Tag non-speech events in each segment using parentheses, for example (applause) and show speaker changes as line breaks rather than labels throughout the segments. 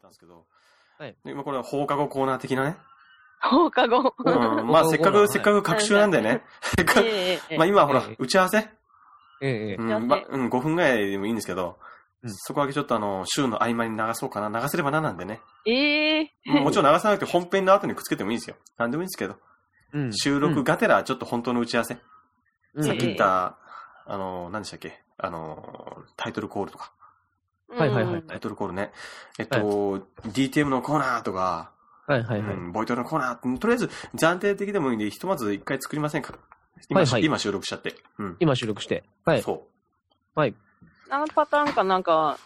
たんですけど、
はい
で今これは放課後コーナー的なね。
放課後。
うん、まあせっか
放課後コーナーは
く、
い
せっかく学習なんだよね。せっかく、
ええええ
まあ今はほら
ええ、
打ち合わせ
ええええ
う
打ち合わ
ん、
せ
ま、うん、5分ぐらいでもいいんですけど、
うん
そこだけちょっとあの、週の合間に流そうかな。流せればななんでね。
ええ
もうもちろん流さなくて本編の後にくっつけてもいいんですよ。なんでもいいんですけど。
うん
収録がてら、ちょっと本当の打ち合わせ。
うん
さっき言った、あの、何でしたっけあの、タイトルコールとか。
はいはいはい
うん
タイトルコールね。えっと、DTM のコーナーとか、
はいはいは
う
い。
んボイトレのコーナー、とりあえず暫定的でもいいんで、ひとまず一回作りませんか今,、
はいはい
今収録しちゃって。うん。
今収録して。はい。
そ
何パターンかなんか、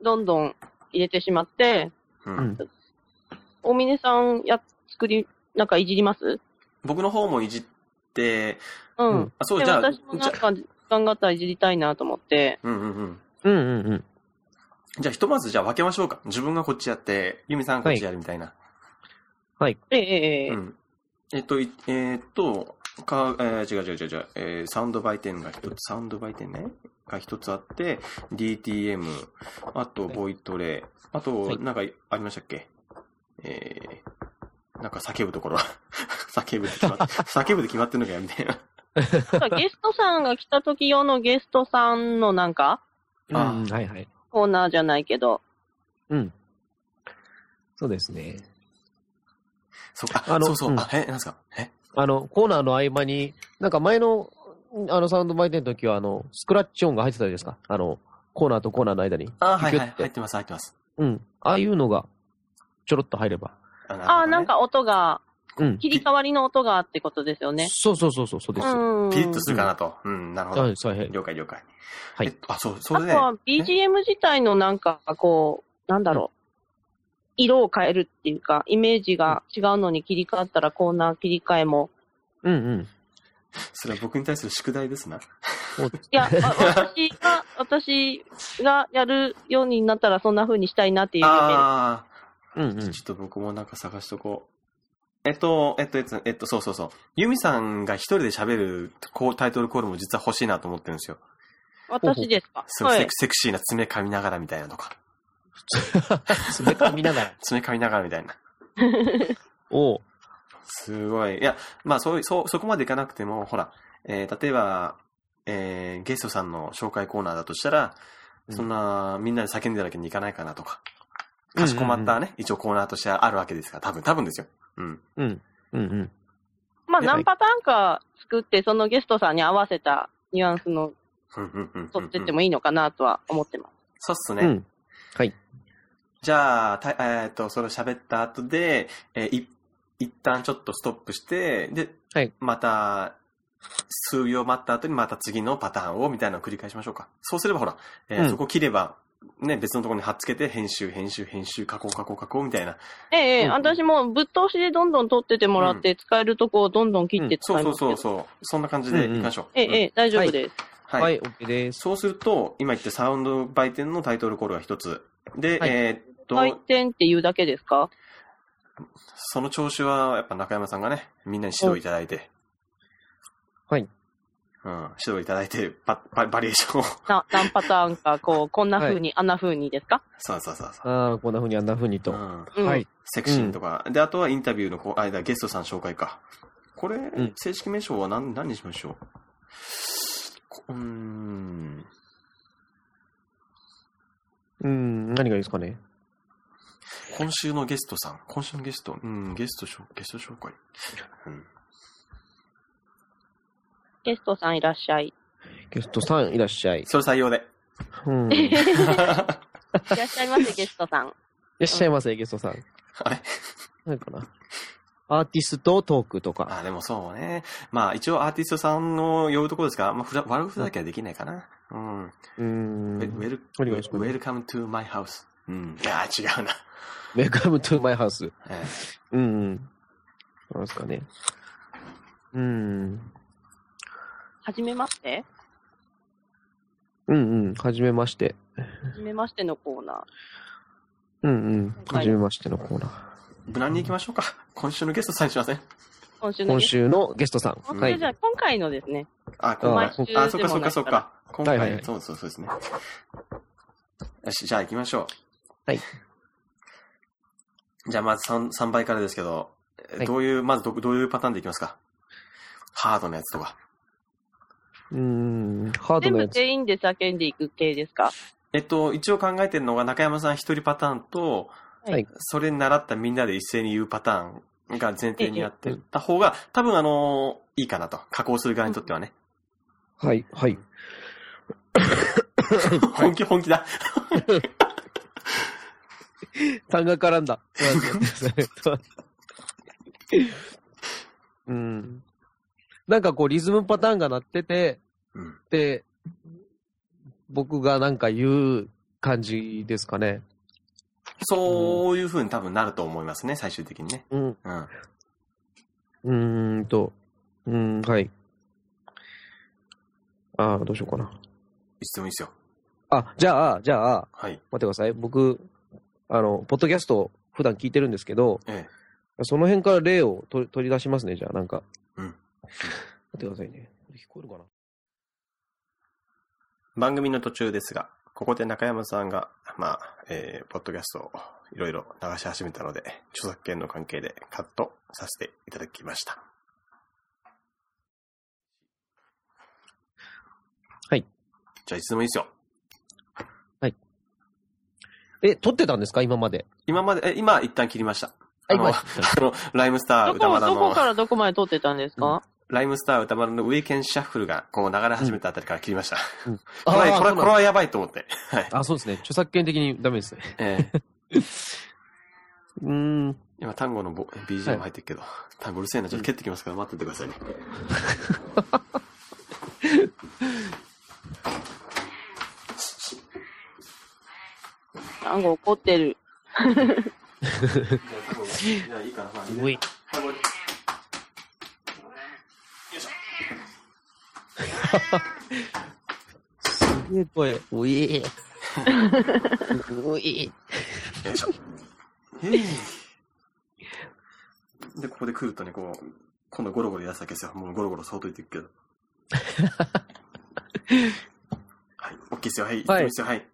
どんどん入れてしまって、
う。うん。
うん。
大峰さんや、作り、なんかいじります
僕の方もいじって、
うん。
うん
あ、そう、
で、
じゃあ、
私
じ
もな
ゃ
んか時間があったらいじりたいなと思って、
うんうんうん。
うんうんうん。
じゃあ、ひとまずじゃあ分けましょうか。自分がこっちやって、ゆみさんこっちやるみたいな。
はい。
ええええ
うん。えっと、いえーっと、か、えー違う違う違う違う、えーサウンド売店が一つ、サウンド売店ね、が一つあって、DTM、あと、ボイトレ、あ
は
と、
い
なんかありましたっけえー、なんか叫ぶところ。 (laughs) 叫ぶで決まって、叫ぶで決まってんのかよ、みたいな。
なんかゲストさんが来た時用のゲストさんのなんか、
あ
うん、はいはい。
コーナーじゃないけど、
うん。そうですね。
そっか、
あの
そうそう、
うん
あ、え、なんすかえ
あの、コーナーの合間に、なんか前の、あの、サウンドバイテンの時は、あの、スクラッチ音が入ってたじゃないですか。あの、コーナーとコーナーの間に。
あ、はいは
ギュッ
い、
て
入ってます、入ってます。
うん。ああいうのが、ちょろっと入れば。
あ
ああ、なん、か音が、
うん。
切り替わりの音がってことですよね。
そうそうそうそう、そうです。は
うん。
ピリッとするかなと。うん、なるほど。
い、そうはい。
了解了解。
はい
えっとあ、そう、そ
あ
れ
と
で、
は BGM 自体のなんか、こう、なんだろう。色を変えるっていうか、イメージが違うのに切り替わったらコーナー切り替えも。
うんうん。
それは僕に対する宿題ですな。
そうです
(laughs)
いや、あ私が、私がやるようになったらそんな風にしたいなっていう夢で
あ
うん
あ、
うん。
ちょっと僕もなんか探しとこう。えっと、えっと、えっと、えっと、そうそうそう。ユミさんが一人で喋るこうタイトルコールも実は欲しいなと思ってるんですよ。
私ですか
すごい
は
セ
い
ク。セクシーな爪噛みながらみたいなと
(laughs)
か。 (laughs)
爪噛みながら。
爪噛みながらみたいな。
おう。
すごい。いや、まあ、そう、そう、そこまでいかなくても、ほら、えー例えば、えーゲストさんの紹介コーナーだとしたら、
うん
そんな、みんなで叫んでるわけにいかないかなとか。かしこまったね、一応コーナーとしてあるわけですから、多分、多分ですよ。うん。
うん。うんうん。
まあ
はい
何パターンか作って、そのゲストさんに合わせたニュアンスの
うんうんうんうん
取ってってもいいのかなとは思ってます。
そうっすね。
うん。はい。
じゃあ、たえーっと、それを喋った後で、えーい、一旦ちょっとストップして、で、
はい
また、数秒待った後にまた次のパターンをみたいなのを繰り返しましょうか。そうすればほら、えー
うん
そこ切れば、ね、別のところに貼っつけて、編集、編集、編集、加工、加工、加工みたいな。
ええ、ええ
うん
私もぶっ通しでどんどん取っててもらって、使えるとこをどんどん切って使
そ
いう
そ
ま
う
すけ
そ
ど。
うそう。そんな感じでいきましょう。
ええ、ええ、大丈夫です。
うん
はい、OK です。
そうすると、今言ってサウンド売店のタイトルコールが一つ。で、
はい
えーっと、
回転っていうだけですか
その調子はやっぱ中山さんがね、みんなに指導いただいて。
はい。
うん、指導いただいて、バババリエーションを。 (laughs)
な何パターンか、こう、こんな風に、あんな風にですか
そうそうそうそ
ああ、こんな風にあんな風に
う。
と。
うん、
うん。
はい。
セクシーとか。で、あとはインタビューのこう、あ、だゲストさん紹介か。これ、
ん
正式名称は何、何にしましょうこうーん。
うん、何がいいですかね。
今週のゲストさん。今週のゲスト。うん、ゲスト紹、ゲスト紹介。うん。
ゲストさんいらっしゃい。
ゲストさんいらっしゃい。
それ採用で。
うん。
い
い
らっしゃいませ、ゲストさん。
らっしゃいませ、ゲストさん。
あれ
何かな。アーティストトークとか。
あ、でもそうね。まあ、一応アーティストさんの呼ぶところですから、まあ、ふざ悪ふざけはできないかな。うん。
うーん。
ウェウェル
お願いします
ウェルカムトゥマイハウス。うん。いやー、違うな。
メカムトゥマイハウス。
え
うんうん。なんですかね。うん。
はじめまして
うんうん。はじめまして。
はじめましてのコーナ
うんうん。
はい
はじめましてのコーナ
ー無難に行きましょうか。今週のゲストさんにしません。
ー。今週
ー。
の
今
ゲ
週のゲ
ス
ストさ
ト。
ん。
そ
は
れ
い
じ。ゃあ、今回のですね。
あ、今
あ
回
毎。
今
週
あ、そっかそっかそっ
でもないら。
か。今回、
はいはい
そうそうそうですね。よし、じゃあ行きましょう。
はい。
じゃあまず 3, 三倍からですけど、え
はい
どういう、まずどどういうパターンでいきますかハードなやつとか。
うーん、ハード
全
な
部
やつ。
全員で叫んでいく系ですか
えっと、一応考えてるのが中山さん一人パターンと、
はい
それに習ったみんなで一斉に言うパターンが前提にやってた方が、多分あのいいかなと。加工する側にとってはね。
はい、はい。
本気本気
(laughs)
だ。
単が絡んだ。うん。なんかこう、リズムパターンが鳴ってて、
うん。
で、僕がなんか言う感じですかね。
そういう風に多分なると思いますね、最終的にね。
うん。
うん。
うーんと、うーん、はい。ああ、どうしようかな。
質問いいですよ。
あ、じゃあ、じゃあ、
はい。
待ってください。僕、あの、ポッドキャスト普段聞いてるんですけど、
ええ。
その辺から例を取り取り出しますね、じゃあ、なんか。
うん
待ってくださいね。これ聞こえるかな
番組の途中ですが、ここで中山さんが、まあ、えー、ポッドキャストをいろいろ流し始めたので、著作権の関係でカットさせていただきました。
はい。
じゃあ、いつでもいいですよ。
え、撮ってたんですか今まで。
今まで、え、今、一旦切りました。
あ
あの
今、
あの、ライムスター
ど
歌
こ、
丸
どこ
の
か、らどこまで撮ってたんですか、
ライムスター歌丸のウィーケンシャッフルが、こう流れ始めたあたりから切りました。
あ
これ、これ、
そうなん
これはやばいと思って。
あ、そうですね。著作権的にダメですね。
ええ
うーん。
今、単語のボ BGM 入ってるけど、単語うるせえな、ちょっと蹴ってきますから待っててくださいね。
なんか怒ってる。
じゃあいいかな、まあ、
うい。すげえ声。うい。うい。
よいしょ。へいで、ここで来るとね、こう、今度ゴロゴロ言い出すわけですよ。もうゴロゴロ相当言ってるけど。はい、OK ですよ。はい、いつでもいいですよ。はい。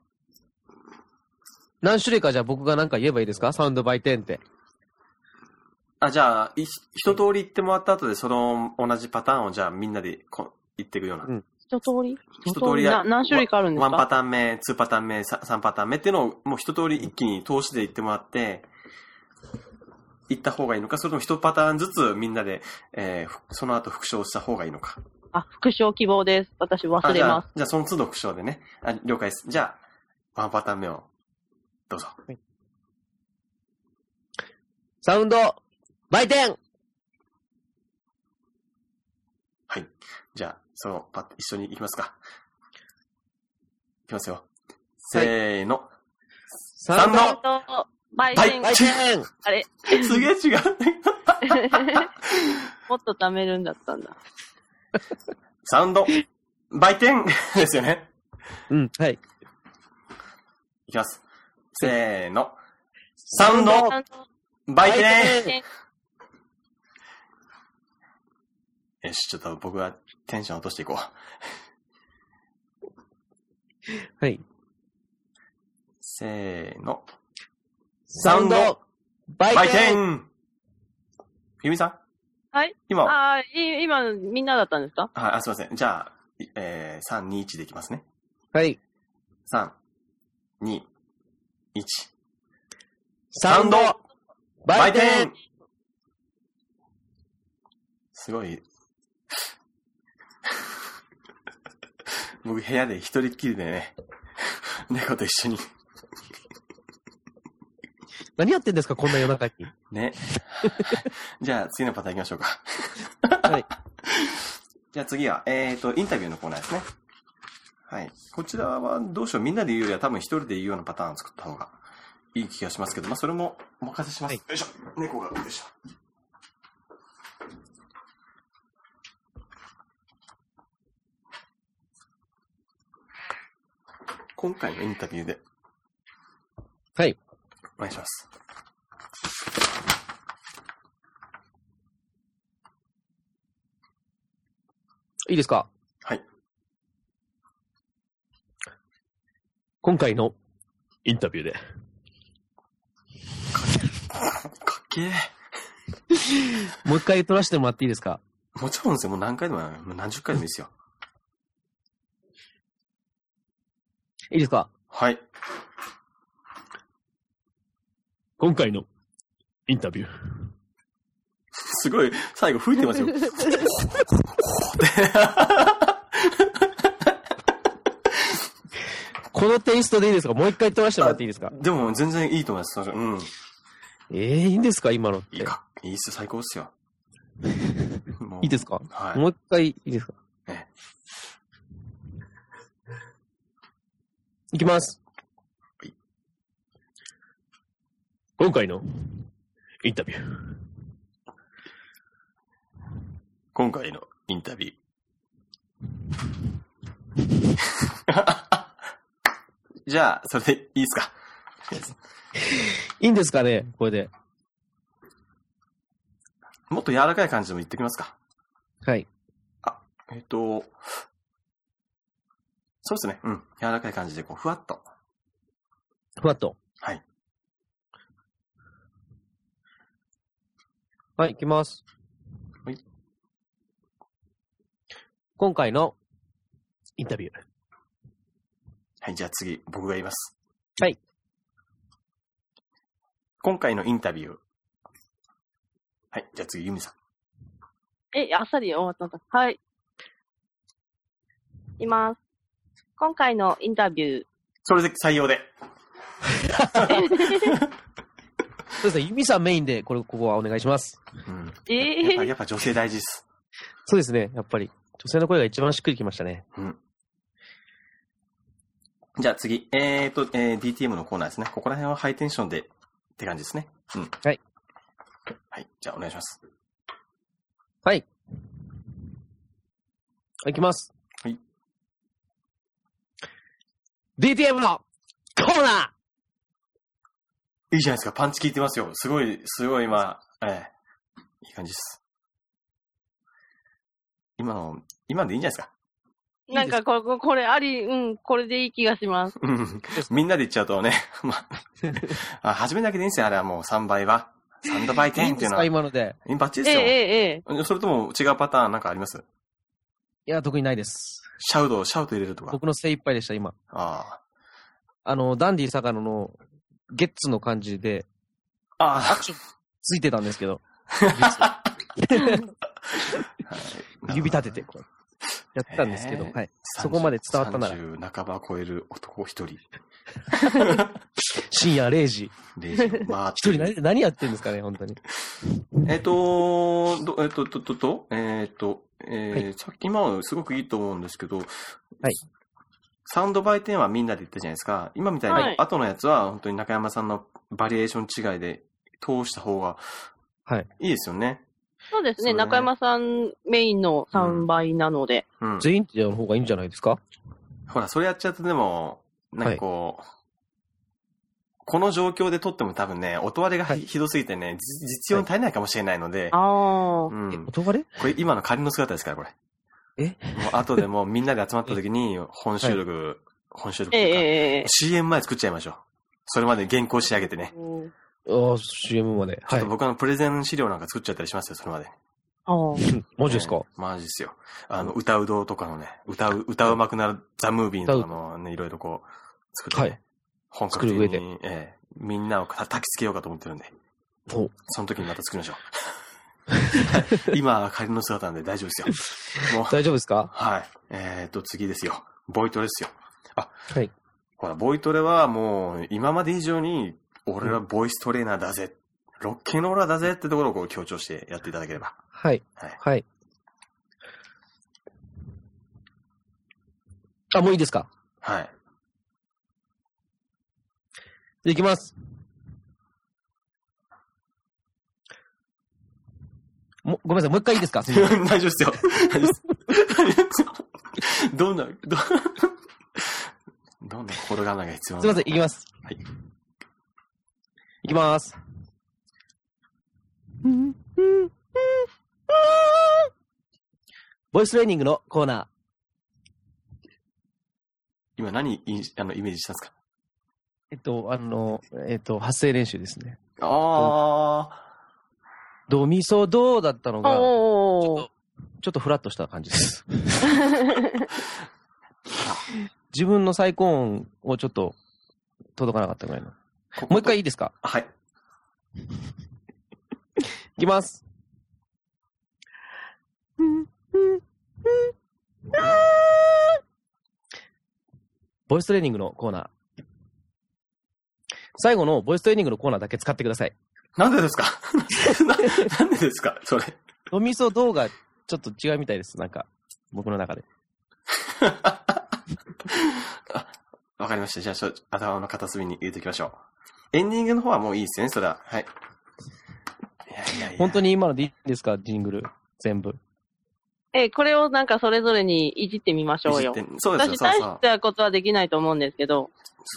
何種類かじゃあ僕が何か言えばいいですかサウンドバイテンって。
あ、じゃあ、い一通り言ってもらった後で、その同じパターンを、じゃあみんなでこ言っていくような。
うん
一通り
一通り
な何種類かあるんです
ワンパ
か
ターン目、ツーパターン目、さ三パターン目っていうのをもう一通り一気に通しで言ってもらって、行った方がいいのか、それとも一パターンずつみんなで、えーふその後復唱した方がいいのか。
あ、復唱希望です。私忘
あじ
れ
ゃ
ま
あ
す。、
じゃあその都度復唱でね。あ了解です。じゃあ、ワンパターン目を、どうぞ。
サウンドバイテン
じゃあ、そのパ、一緒に行きますか。行きますよ。せーの。
サ
ウンドあ
バイ
バ
デ
イ
ン
バイテン
あれ (laughs)
すげえ違うね。
もっと貯めるんだったんだ。
サウンド、売店ですよね。
うん、はい。
いきます。せーの。サウンド、売
売
店
店
よし、ちょっと僕はテンション落としていこう。
はい。
せーの。
サウンドバ
売
イテン
店ゆみさん
はい。
今、はい、
ああ、い今のみんなだったんですか
あ、すいません。じゃあ、いえー、3、2、1でいきますね。
はい。
3、2、1。
サウンドバイテン
すごい。 (laughs) 僕部屋で一人っきりでね、猫と一緒に
何やってんですかこんな夜中に。
ね。 (laughs) じゃあ、次のパターン行きましょうか。
はい。
(laughs) じゃあ次は、えっ、と、インタビューのコーナーですね。はい。こちらは、どうしよう。みんなで言うよりは多分一人で言うようなパターンを作った方がいい気がしますけど、まあ、それもお任せします。
はい
よいしょ。猫が、よいしょ。今回のインタビューで
はい。
お願いします。
いいですか
はい。
今回のインタビューで
けえ。
もう一回撮らせてもらっていいですか
もちろんですよ。もう何回でもない、もう何十回でもいいですよ。
いいですか
はい。
今回のインタビュー。
すごい、最後吹いてますよ。って
このテイストでいいですかもう一回撮らせてもらっていいですか
(laughs) でも全然いいと思います。うん。
ええいいんですか今のって。
いいか。いいっす、最高っ (laughs) すよ。もう
いいですか
はい。
もう一回いいですか
え
いきます
はい。
今回のインタビュー。
今回のインタビュー。 (laughs) じゃあ、それでいいですか
いいんですかねこれで。
もっと柔らかい感じでも言ってきますか。
はい。
えっと、そうですね。うん。柔らかい感じで、こう、ふわっと。
ふわっと。
はい。
はい、いきます。
はい。
今回のインタビュー。
はい、じゃあ次、僕が言います。
はい。
今回のインタビュー。はい、じゃあ次、ユミさん。
え、あっさり終わったんだ。はい。います。今回のインタビュー。
それで採用で。
そうですね、ユミさんメインで、これ、ここはお願いします。
うん。
え
やっぱ
ー、
やっぱ女性大事です。
そうですね、やっぱり。女性の声が一番しっくりきましたね。
じゃあ次、えーと、えー DTM のコーナーですね。ここら辺はハイテンションでって感じですね。うん。
はい。
はい、じゃあお願いします。
はい。いきます。
はい。
DTM のコーナー
いいじゃないですか、パンチ効いてますよ。すごい、すごい今、ええいい感じです。今の、今のでいいんじゃないですか。
なんかこれ、これあり、うん、これでいい気がします。
うん。みんなで言っちゃうとね、 (laughs) まあ、あ初めだけでいいんですよ、あれはもう3倍は。3度倍
いい
点
ん
って
で
いうの
すか
は。
今ので。
バッチリ
ええ、え
で
え、え
すよ。それとも違うパターンなんかあります
いや、特にないです。
シャウドをシャウト入れるとか。
僕の精一杯でした、今。
あ
あの、ダンディ坂野のゲッツの感じで、
あ。ああ。
アクションついてたんですけど、
はい
指立てて、こうやってたんですけど、
へー
はい。そこまで伝わったなら
30半ばを超える男一人。
深夜0時。
レジを回っ
(laughs) 一
て
人
る。
何何やってんですかね、本当に。
えっと、どえっと、と、と、と、えっと、えー
は
さっき今はすごくいいと思うんですけど、
はい
サウンドバイテンはみんなで言ったじゃないですか。今みたい
は
に
い
後のやつは本当に中山さんのバリエーション違いで通した方が
はい
いいですよね。
そうです
そ
ね。
うね
中山さんメインの3倍なので。
うん。
全員ってやる方がいいんじゃないですか
ほら、それやっちゃうとでも、なんかこう、この状況で撮っても多分ね、音割れがひ,、
はい
どすぎてね、じ実用に足りないかもしれないので、
ああ
う。
え
ん、
音がれ
これ今の仮の姿ですから、これ。
え
もう後でもうみんなで集まった時に本収録、本収録と
ええ、
いう
え
か、
え、え
CM 前作っちゃいましょう。それまで原稿仕上げてね
え。。うん
ああ、CM まで。
ちょっ
はい
と。僕あのプレゼン資料なんか作っちゃったりしますよ、それまで。
あー
マジですか
ええマジですよ。あの、歌う堂とかのね、歌う、歌うまくなるザ・ムービーとかのね、いろいろこう、作って、ね
はい
本格的
作る
に、ええみんなをた焚きつけようかと思ってるんで、
ほう
その時にまた作りましょう。
(laughs)
今は仮の姿なんで大丈夫ですよ。もう、
大丈夫ですか
はい。えっ、ー、と、次ですよ。ボイトレですよ。あ、
はい。
ほら、ボイトレはもう、今まで以上に、俺はボイストレーナーだぜ、ロッケンローラーだぜってところをこう強調してやっていただければ。
はい。
はい
はい。あ、もういいですか
はい。
いきます。もごめんなさい、もう一回いいですかすいませ
(laughs)
ん
大丈夫ですよ。大丈夫です。どんな、ど、どんな心構えが必要な
すいません、いきます。
はい。
いきます。ボイストレーニングのコーナ
今何インあのイメージしたんです
ー。えっと、あの、えっと、発声練習ですね。
かああ、
ドミソドーだったのが、ちょ
お
っ
ー
と、ちょっとフラッとした感じです。自分の最高音をちょっと届かなかったぐらいの。もう一回いいですか
はい。
いきます。ボイストレーニングのコーナー。最後のボイストレーニングのコーナーだけ使ってください。
なんでですか (laughs) ななんでですかそれ。
ドミソ動画、ちょっと違うみたいです。なんか、僕の中で。
あわかりました。じゃあ、ちょ頭の片隅に入れておきましょう。エンディングの方はもういいですね、それは。はい。いやいやいや
本当に今のでいいですかジングル。全部。
えーこれをなんかそれぞれにいじってみましょうよ
いじ。ってそうですよ、
私、
そう
大
そう
したことはできないと思うんですけど、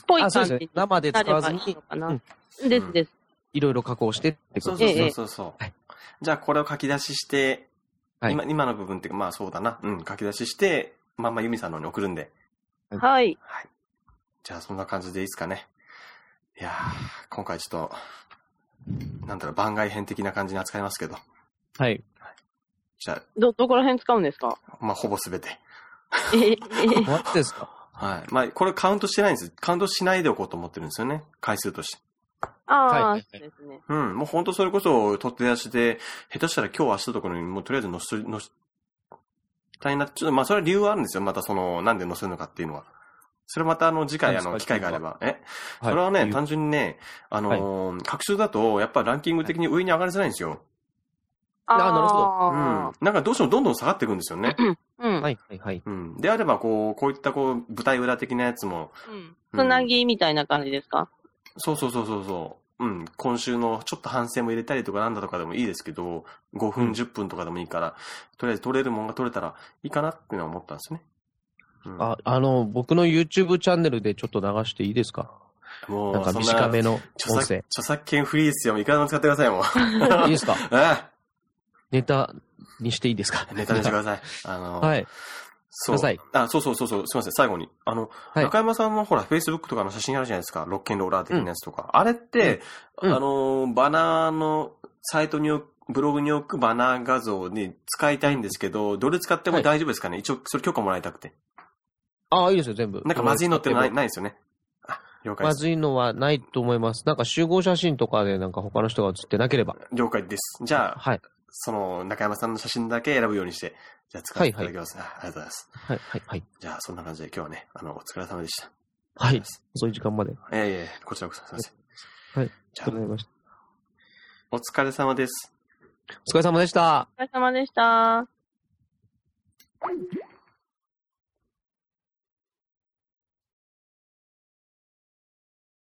ぽい
あ、そう
感
ですね
じに。
生で
な
使
れ
わ
ば
ず
いい
に
の、かな。ですです。
いろいろ加工してってこ
そ
と
うそう
です
そう
ね。
そうそう。
はい
じゃあ、これを書き出しして、
はい
今今の部分っていうか、まあそうだな。うん、書き出しして、まんま由美さんの方に送るんで。
はい。
じゃあ、そんな感じでいいですかね。いやー、今回ちょっと、なんだろう、番外編的な感じに扱いますけど。
はい。
じゃ
ど、どこら辺使うんですか
あ、まあほぼ全て。
えーえー
終わってですか
はい。まあ、これカウントしてないんです。カウントしないでおこうと思ってるんですよね。回数として。
あ
は
あ、
い
そうですね。
うん。もう本当それこそ、取って出しで、下手したら今日明日とかに、もうとりあえず載せ、載せたいな。ちょっと、まあ、それは理由はあるんですよ。またその、なんで載せるのかっていうのは。それまたあの、次回、あ
何
の、
です
機
か
会があれば。え
は
そ
い
れはね、単純にね、あのー各種だと、やっぱランキング的に上に上がりづらいんですよ。
あ
あなるほ
うん。
ど。
なんかどうしてもどんどん下がっていくんですよね。
うん。
はい、はい、はい。
うん。であれば、こう、こういったこう、舞台裏的なやつも、
うんつなぎみたいな感じですか
そうそうそうそうそう。うん。今週のちょっと反省も入れたりとかなんだとかでもいいですけど、5
う
分、
ん
10分とかでもいいから、とりあえず取れるもんが取れたらいいかなっていうのは思ったんですね。うん、
あ、あの、僕の YouTube チャンネルでちょっと流していいですか
も
なん
う、
か
そん
短
な、
めの
著
音
作
声。
著作権フリーですよ。いくらでも使ってください、もう。
いいですか
え
ネタにしていいですか
え (laughs) ネタにしてください。あの、
はい。
そう
ください。
あ、そうそうそうそう、すいません、最後に。あの、
い
中山さんのほら、Facebook とかの写真あるじゃないですか、ロッケンローラー的なやつとか。あれって、
うん
あのー、バナーのサイトに置く、ブログに置くバナー画像に使いたいんですけど、どれ使っても大丈夫ですかね、一応、それ許可もらいたくて。
ああ、いいですよ、全部。
なんかまずいのって
どれ
な
使
いないですよね。あ、了解
ま
です。
ずいのはないと思います。なんか集合写真とかでなんか他の人が写ってなければ。
了解です。じゃあ、
はい。
その、中山さんの写真だけ選ぶようにして、じゃあ使っていただきます、あありがとうございます。
はい、はい、はい。
じゃあ、そんな感じで今日はね、あの、お疲れ様でした。
はい。遅い時間まで。
いやいやいやこちらこそすいません。
はい。
じゃ
ありがとうござい
あ、
ました。
お疲れ様です。
お疲れ様でした。
お疲れ様でした。